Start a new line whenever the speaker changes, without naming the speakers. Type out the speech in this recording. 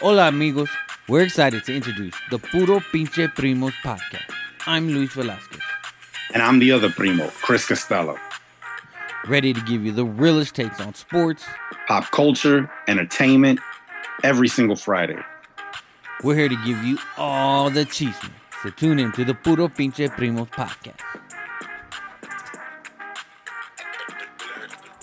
Hola, amigos. We're excited to introduce the Puro Pinche Primos podcast. I'm Luis Velasquez,
And I'm the other primo, Chris Costello.
ready to give you the realest takes on sports.
Pop culture, entertainment, every single Friday.
We're here to give you all the cheese. So tune in to the Puro Pinche Primos podcast.